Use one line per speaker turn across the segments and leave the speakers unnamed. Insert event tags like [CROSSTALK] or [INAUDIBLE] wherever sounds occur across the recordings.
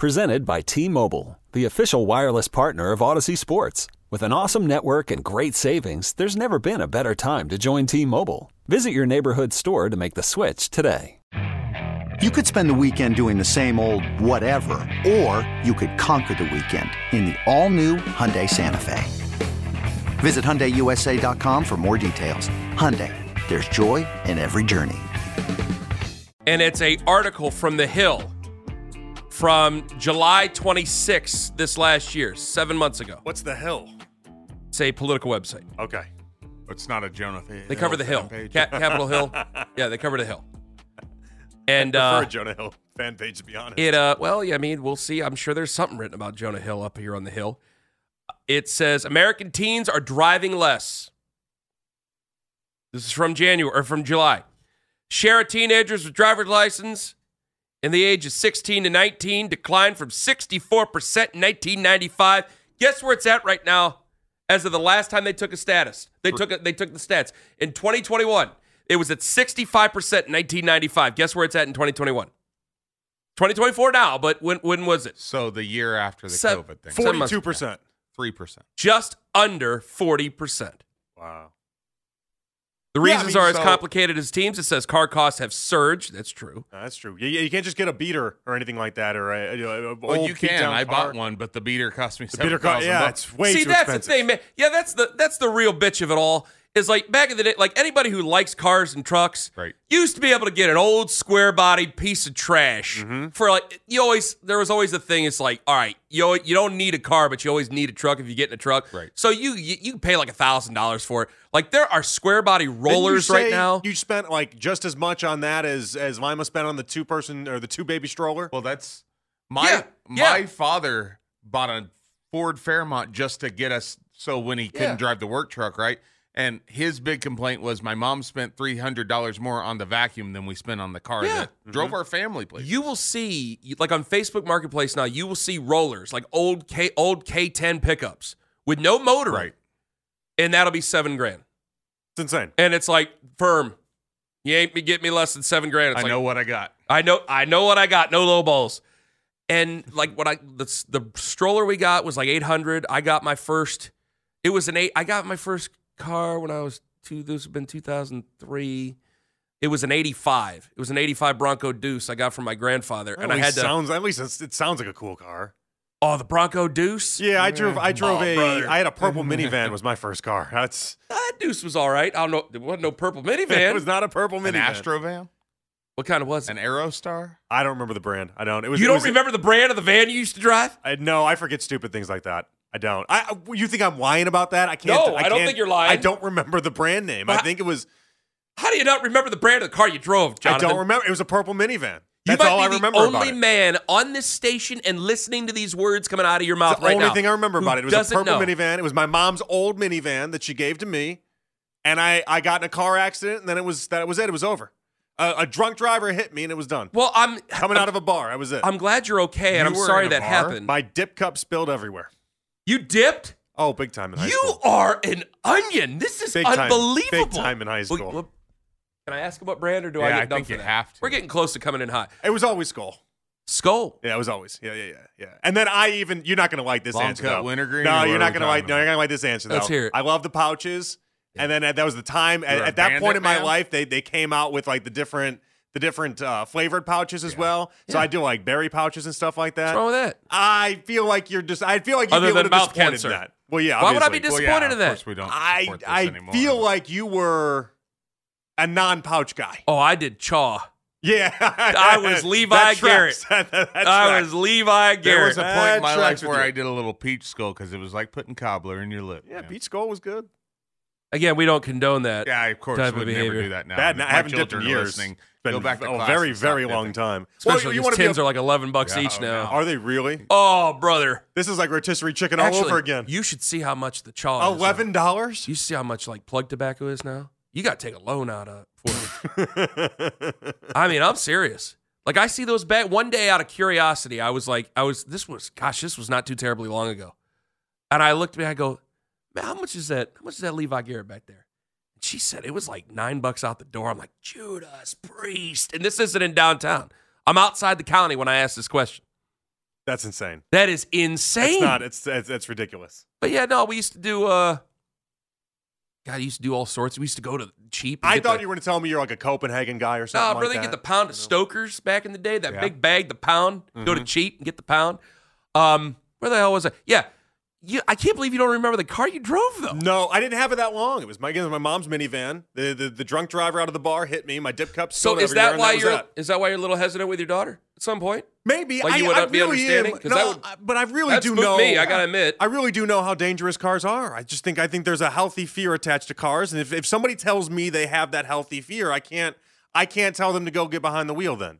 Presented by T Mobile, the official wireless partner of Odyssey Sports. With an awesome network and great savings, there's never been a better time to join T Mobile. Visit your neighborhood store to make the switch today.
You could spend the weekend doing the same old whatever, or you could conquer the weekend in the all-new Hyundai Santa Fe. Visit HyundaiUSA.com for more details. Hyundai, there's joy in every journey.
and it's a article from the hill from july 26th this last year seven months ago
What's the hill?
it's a political website
Okay. It's not a Jonah.
they cover the hill Ca- capitol hill yeah they cover the hill and
prefer
uh,
a Jonah Hill fan page to be honest.
It uh well, yeah, I mean, we'll see. I'm sure there's something written about Jonah Hill up here on the hill. It says American teens are driving less. This is from January or from July. Share of teenagers with driver's license in the age of 16 to 19 declined from 64% in 1995. Guess where it's at right now as of the last time they took a status. They took a, they took the stats in 2021. It was at 65% in 1995. Guess where it's at in 2021? 2024 now, but when when was it?
So the year after the
Sev-
COVID thing,
seven months
Forty-two percent.
three percent.
Just under 40%.
Wow.
The
Yeah, I
reasons
mean,
are as
so-
complicated as teams. It says car costs have surged. That's true.
No, that's true. You, you can't just get a beater or anything like that, or a, you know, a
Well,
old
you can.
beat-down
I
car.
bought one, but the beater cost me
The beater
seven
car.
thousand.
Yeah,
bucks.
it's way
See,
too
that's
expensive.
the thing, man. Yeah, that's the that's the real bitch of it all. Is like back in the day, like anybody who likes cars and trucks
Right.
used to be able to get an old square bodied piece of trash
Mm-hmm.
for like you always there was always a thing, it's like, all right, you al- you don't need a car, but you always need a truck if you get in a truck.
Right.
So you you, you pay like a thousand dollars for it. Like there are square body
Didn't you
rollers
say
right now.
You spent like just as much on that as as Lima spent on the two person or the two baby stroller.
Well, that's my
Yeah,
my
yeah.
father bought a Ford Fairmont just to get us so when he couldn't
Yeah.
drive the work truck, right? And his big complaint was my mom spent three hundred dollars more on the vacuum than we spent on the car
Yeah.
that
Mm-hmm.
drove our family place.
You will see, you- like on Facebook Marketplace now, you will see rollers like old K old K10 pickups with no motor, in it,
Right.
And that'll be seven grand.
it's insane.
And it's like firm. You ain't me get me less than seven grand. It's
I
like,
know what I got.
I know, I know what I got. No low balls. And like what I the, s- the stroller we got was like eight hundred. I got my first. It was an eight. I got my first car when I was two. This has been two thousand three. It was an eighty five. It was an eighty five Bronco Deuce I got from my grandfather,
At
and I
least
had to.
sounds at least it's, it sounds like a cool car.
Oh, the Bronco Deuce.
Yeah, I drove. I drove
Oh,
a. I
brother.
had
[LAUGHS]
a purple minivan. Was my first car. That's
that Deuce was all right. I don't know. There wasn't no purple [LAUGHS] minivan.
it was not a purple minivan.
An Astrovan,
what kind of was it?
an Aerostar.
I don't remember the brand. I don't. It was.
you
it
don't
was-
remember the brand of the van you used to drive?
I, no, I forget stupid things like that. I don't. I I- you think I'm lying about that? I can't.
No, I don't
can't-
think you're lying.
I don't remember the brand name. I
But-
think it was.
How do you not remember the brand of the car you drove, Jonathan?
I don't remember. It was a purple minivan.
You
That's
might
all
be
I
the
remember
only
about it.
man on this station and listening to these words coming out of your
It's
mouth
the
right
only
now
thing I remember
who
about it. It was a
doesn't
purple
know.
minivan. It was my mom's old minivan that she gave to me, and I I got in a car accident, and then it was that was it. It was over. A a drunk driver hit me, and it was done.
Well, I'm
Coming out of a bar, I was it.
I'm glad you're okay, and
You
I'm
were
sorry
in a
that
bar?
happened.
my dip cup spilled everywhere.
you dipped.
Oh, big time in high
You
school.
are an onion. This is
Big time-
unbelievable.
big time in high
Well,
school.
well, can I ask about brand, or do I
Yeah,
get
I
done
think
for
you
that?
have to.
We're getting close to coming in hot.
It was always skull.
Skull.
Yeah, it was always. Yeah, yeah, yeah, yeah. And then I even you're not gonna like this
Long
answer.
cut
though.
wintergreen, or
No,
what
you're
are
not
we
gonna like.
talking
No, you're not gonna like this answer.
Let's
though.
hear it.
I love the pouches. And then at, that was the time at,
You're a
at that point
bandit
in my
now?
life they they came out with like the different the different uh, flavored pouches as well. So I do like berry pouches and stuff like
What's
that.
wrong with that?
I feel like you're just. I feel like you'd
Other
be a
than
little
mouth
disappointed in
cancer.
that. Well, yeah.
Why would I
obviously.
be dis-
Well,
Disappointed
yeah,
in that.
Of course, we don't.
I
support this
I
anymore.
feel like you were a non pouch guy.
Oh, I did chaw.
Yeah,
I
[LAUGHS]
was Levi
That tracks. That- that
I
tracks.
was Levi Garrett.
there was a
That
point in my
tracks
life
with
where
you.
I did a little peach skull because it was like putting cobbler in your lip.
Yeah,
man.
Peach Skull was good.
Again, we don't condone that.
Yeah, I, of course,
type of
would
behavior.
never do that now.
Bad.
My
I haven't dipped in
children are
years.
listening.
Been
Go back to
a
class
very,
and stop
very
dipping.
long time.
Especially
well, you
because
want to
tins
be?
are like eleven bucks
Yeah,
each
[LAUGHS]
oh,
now.
no.
are they really?
Oh, brother!
This is like rotisserie chicken all
Actually,
over again.
You should see how much the chaw. is now.
Eleven dollars.
You see how much like plug tobacco is now? You got to take a loan out of for it. I mean, I'm serious. Like I see those bag one day out of curiosity, I was like, I was this was gosh, this was not too terribly long ago. And I looked at me, I go, man, how much is that? How much is that Levi Garrett back there? And she said it was like nine bucks out the door. I'm like, Judas Priest. And this isn't in downtown. I'm outside the county when I asked this question.
[LAUGHS] That's insane.
That is insane.
It's not. It's it's, it's ridiculous.
But yeah, no, we used to do. uh God, I used to do all sorts. We used to go to cheap. and
I
get
thought
the-
you were going to tell me you're like a Copenhagen guy or
Nah,
something.
brother,
like
you Oh, get the
that.
pound of Stokers back in the day. That
Yeah.
big bag, the pound. Go
Mm-hmm.
to cheap and get the pound. Um, where the hell was I? Yeah, you, I can't believe you don't remember the car you drove though.
No, I didn't have it that long. It was my it was my mom's minivan. The, the the drunk driver out of the bar hit me. My dip cup.
So
spilled
is
everywhere,
that
and
why
was
you're
that.
is that why you're a little hesitant with your daughter at some point?
Maybe
Like,
I,
you would
I
not be
really
understanding?
am-
'Cause
No,
that would-
I- but I really
That's
do
spooked
know.
me, I gotta admit.
I really do know how dangerous cars are. I just think I think there's a healthy fear attached to cars, and if, if somebody tells me they have that healthy fear, I can't I can't tell them to go get behind the wheel. Then,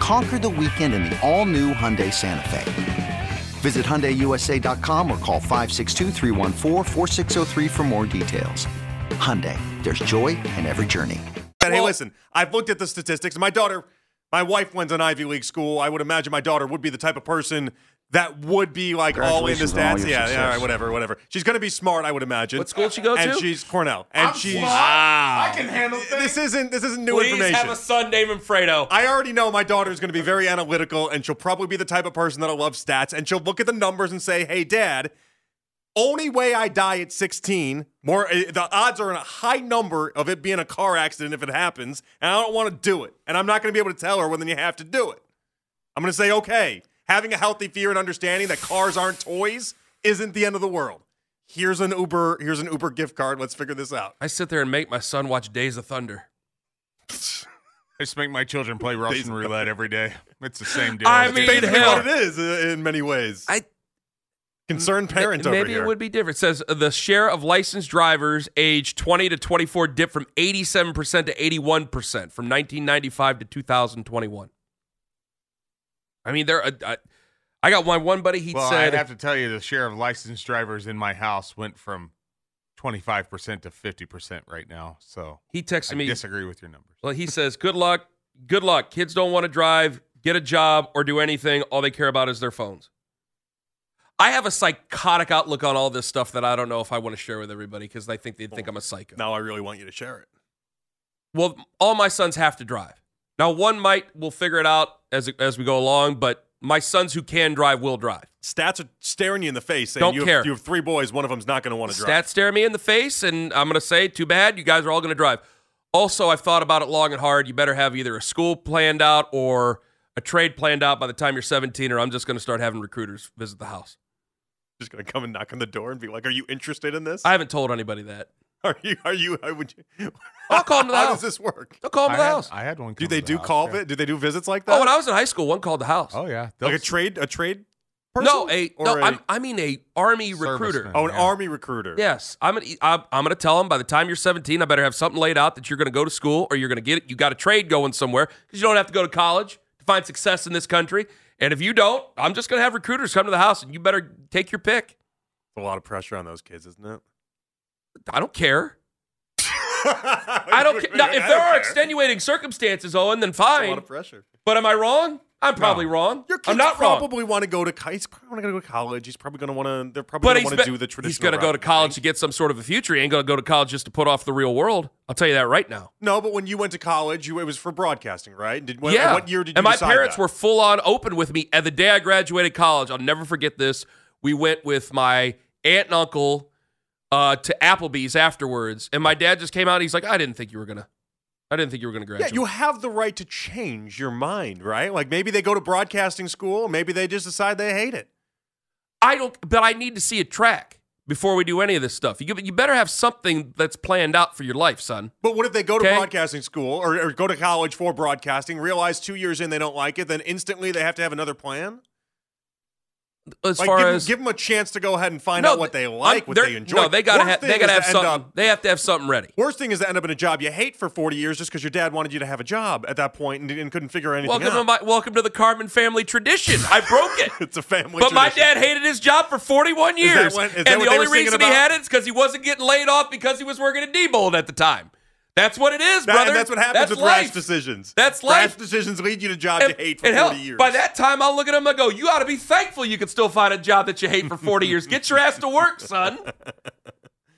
Conquer the weekend in the all new Hyundai Santa Fe. Visit HyundaiUSA.com or call 562-314-4603 for more details. Hyundai, there's joy in every journey.
said, "Hey,
Well-
listen, I've looked at the statistics. My daughter, my wife went to an Ivy League school. I would imagine my daughter would be the type of person." That would be like all into
Congratulations on all
stats.
your
Yeah, yeah,
success.
all right, whatever, whatever. She's gonna be smart, I would imagine.
What school she go
and
to?
she's Cornell, and she's
I can handle
this isn't this isn't new
Please
information.
have a son named Fredo.
I already know my daughter's going to be very analytical, and she'll probably be the type of person that'll love stats, and she'll look at the numbers and say, "Hey, Dad, only way I die at 16, more eh, the odds are in a high number of it being a car accident if it happens, and I don't want to do it, and I'm not going to be able to tell her when you have to do it. I'm going to say, okay, having a healthy fear and understanding that cars aren't toys isn't the end of the world. Here's an Uber, here's an Uber gift card. Let's figure this out.
I sit there and make my son watch Days of Thunder.
I just make my children play Russian roulette every day. It's the same deal.
I
It's
mean,
basically
hell.
What it is eh, in many ways.
I
Concerned parent
Maybe
over here.
it would be different. It says uh, the share of licensed drivers age 20 to 24 dipped from 87% to 81% from 1995 to 2021. I mean, there. Uh, I, I got my one buddy. He
Well,
said,
I have to tell you, the share of licensed drivers in my house went from 25% to 50% right now. So
he texted
I
me.
disagree with your numbers.
Well, he says, "Good luck, good luck. Kids don't want to drive, get a job, or do anything. All they care about is their phones." I have a psychotic outlook on all this stuff that I don't know if I want to share with everybody because they think they think I'm a psycho.
Now I really want you to share it.
Well, all my sons have to drive. Now, one might will figure it out as as we go along, but my sons who can drive will drive.
Stats are staring you in the face saying
Don't
you,
care.
Have, you have three boys, one of them's not going to want to drive.
Stats stare me in the face, and I'm going to say, too bad, you guys are all going to drive. Also, I've thought about it long and hard. You better have either a school planned out or a trade planned out by the time you're 17, or I'm just going to start having recruiters visit the house.
Just going to come and knock on the door and be like, "Are you interested in this?
I haven't told anybody that.
[LAUGHS] are you? Are you? I would you
[LAUGHS] I'll call them to the
[LAUGHS] How
house.
does this work?
They'll call them
I
to the
had,
house.
I had one.
Do
come
they
to the
do
house,
call
yeah.
vi- Do they do visits like that?
oh, when I was in high school, one called the house.
Oh, yeah.
like a
Those-
trade, a trade person?
no, a
Or
no. I'm, I mean a army recruiter.
Serviceman.
oh, an
Yeah.
army recruiter.
Yes, I'm gonna e, I'm, I'm gonna tell them by the time you're 17, I better have something laid out that you're gonna go to school or you're gonna get it. You got a trade going somewhere because you don't have to go to college to find success in this country. And if you don't, I'm just gonna have recruiters come to the house and you better take your pick.
a lot of pressure on those kids, isn't it? [LAUGHS]
I don't care.
I
I don't care. Now, if there are extenuating circumstances, Owen, then
a lot
fine.
of pressure.
But am I wrong? I'm probably wrong.
Your kids
I'm not wrong.
probably want to go to co- he's probably going to go to college. He's probably going to want to. They're probably going to
he's
want
be-
to do the traditional.
He's going to
route,
go to
I think.
college to get some sort of a future. He ain't going to go to college just to put off the real world. I'll tell you that right now.
No, but when you went to college, you it was for broadcasting, right? Did, when,
yeah.
What year did you?
and my
decide
parents
that?
were full on open with me. At the day I graduated college, I'll never forget this. We went with my aunt and uncle uh, to Applebee's afterwards, and my dad just came out. And he's like, "I didn't think you were gonna, I didn't think you were gonna
Yeah,
graduate."
you have the right to change your mind, right? Like maybe they go to broadcasting school, maybe they just decide they hate it.
I don't, but I need to see a track before we do any of this stuff. You you better have something that's planned out for your life, son.
But what if they go to
Okay.
broadcasting school or, or go to college for broadcasting, realize two years in they don't like it, then instantly they have to have another plan?
As
like
far
give, 'em-
as
give them a chance to go ahead and find out what they
I'm-
like, what
they're-
they enjoy.
No, they gotta
Worst
have
thing
they gotta
is
have
to end
something.
up-
they have to have something ready.
worst thing is to end up in a job you hate for 40 years just because your dad wanted you to have a job at that point and, and couldn't figure anything
Welcome
out.
to my welcome to the Carmen family tradition. I broke it.
[LAUGHS] it's a family
But my
tradition.
dad hated his job for 41
Is that
years.
what- is that
and
what
the
they
only
were singing
reason he
about?
had it is because he wasn't getting laid off because he was working at D-Bold at the time. That's what it is,
That-
brother.
and that's what happens
That's
with rash
life.
decisions.
That's
Rash
life.
decisions lead you to jobs
And,
you hate for
and
40
hell,
years.
by that time, I'll look at him and go, You ought to be thankful you could still find a job that you hate for 40 years. Get your ass to work, son.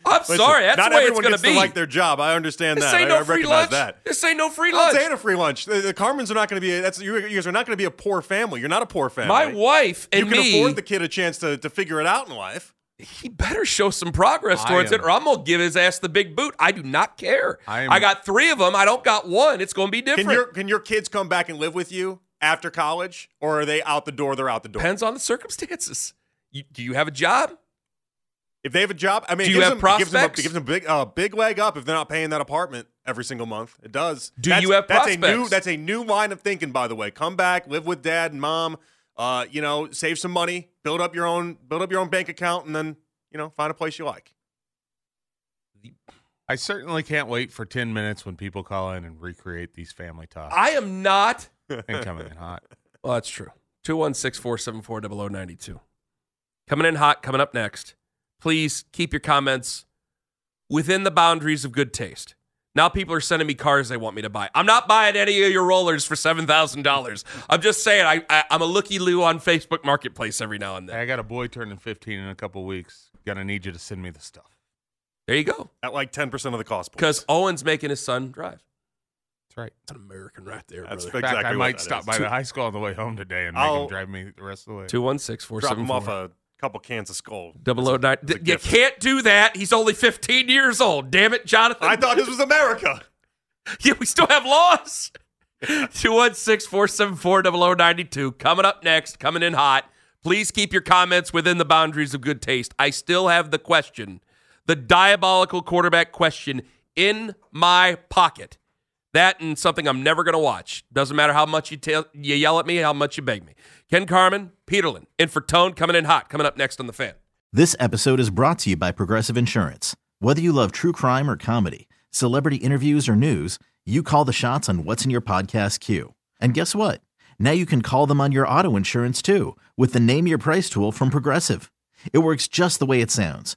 I'm
Listen,
sorry. That's
not
the way it's
everyone
going
gets
be.
to like their job. I understand
this
that.
ain't
I,
no
I
free
recognize
lunch.
that.
This ain't no free
I'm
lunch.
saying a free lunch. The, the Carmens are not going to be. That's you, you guys are not going to be a poor family. You're not a poor family.
My wife
You
and
can
me,
afford the kid a chance to, to figure it out in life.
he better show some progress
I
towards
am-
it, or I'm gonna give his ass the big boot. I do not care.
I am-
got three of them. I don't got one. It's gonna be
Can
different.
your can your kids come back and live with you after college, or are they out the door? They're out the door.
Depends on the circumstances. You, do you have a job?
If they have a job, I mean,
Do you
it gives
have
them, it gives them a-
prospects?
it gives them a big uh, big leg up if they're not paying that apartment every single month. It does.
Do
that's,
you have
that's A new,
prospects?
that's a new line of thinking, by the way. Come back, live with dad and mom. Uh, you know, save some money, build up your own, build up your own bank account, and then you know, find a place you like.
I certainly can't wait for 10 minutes when people call in and recreate these family talks
I am not.
and coming in
[LAUGHS]
hot.
Well, Oh, that's true. 216 474 0092. Coming in hot, coming up next. Please keep your comments within the boundaries of good taste. Now people are sending me cars they want me to buy. I'm not buying any of your rollers for $7,000. I'm just saying, I, I, I'm a looky-loo on Facebook Marketplace every now and
Hey,
then.
I got a boy turning 15 in a couple weeks. Gonna need you to send me the stuff.
There you go.
At like ten percent of the cost. please.
Because Owen's making his son drive.
That's right.
That's an American right there,
That's
brother.
In fact,
exactly
I
what
might
that
stop
is.
by the high school on the way home today and make
I'll-
him drive me the rest of the way.
216
drop him off
474
a couple cans of skull.
0009.
It's a
You
gift.
can't do that. He's only 15 years old. Damn it, Jonathan.
I thought this was America.
[LAUGHS] yeah, we still have laws. 216 474 0092. Coming up next, coming in hot. Please keep your comments within the boundaries of good taste. I still have the question, the diabolical quarterback question in my pocket. That and something I'm never going to watch. Doesn't matter how much you, tell, you yell at me, how much you beg me. Ken Carmen, Peterlin, in for Tone, coming in hot, coming up next on The Fan.
This episode is brought to you by Progressive Insurance. Whether you love true crime or comedy, celebrity interviews or news, you call the shots on what's in your podcast queue. And guess what? Now you can call them on your auto insurance too with the Name Your Price tool from Progressive. It works just the way it sounds.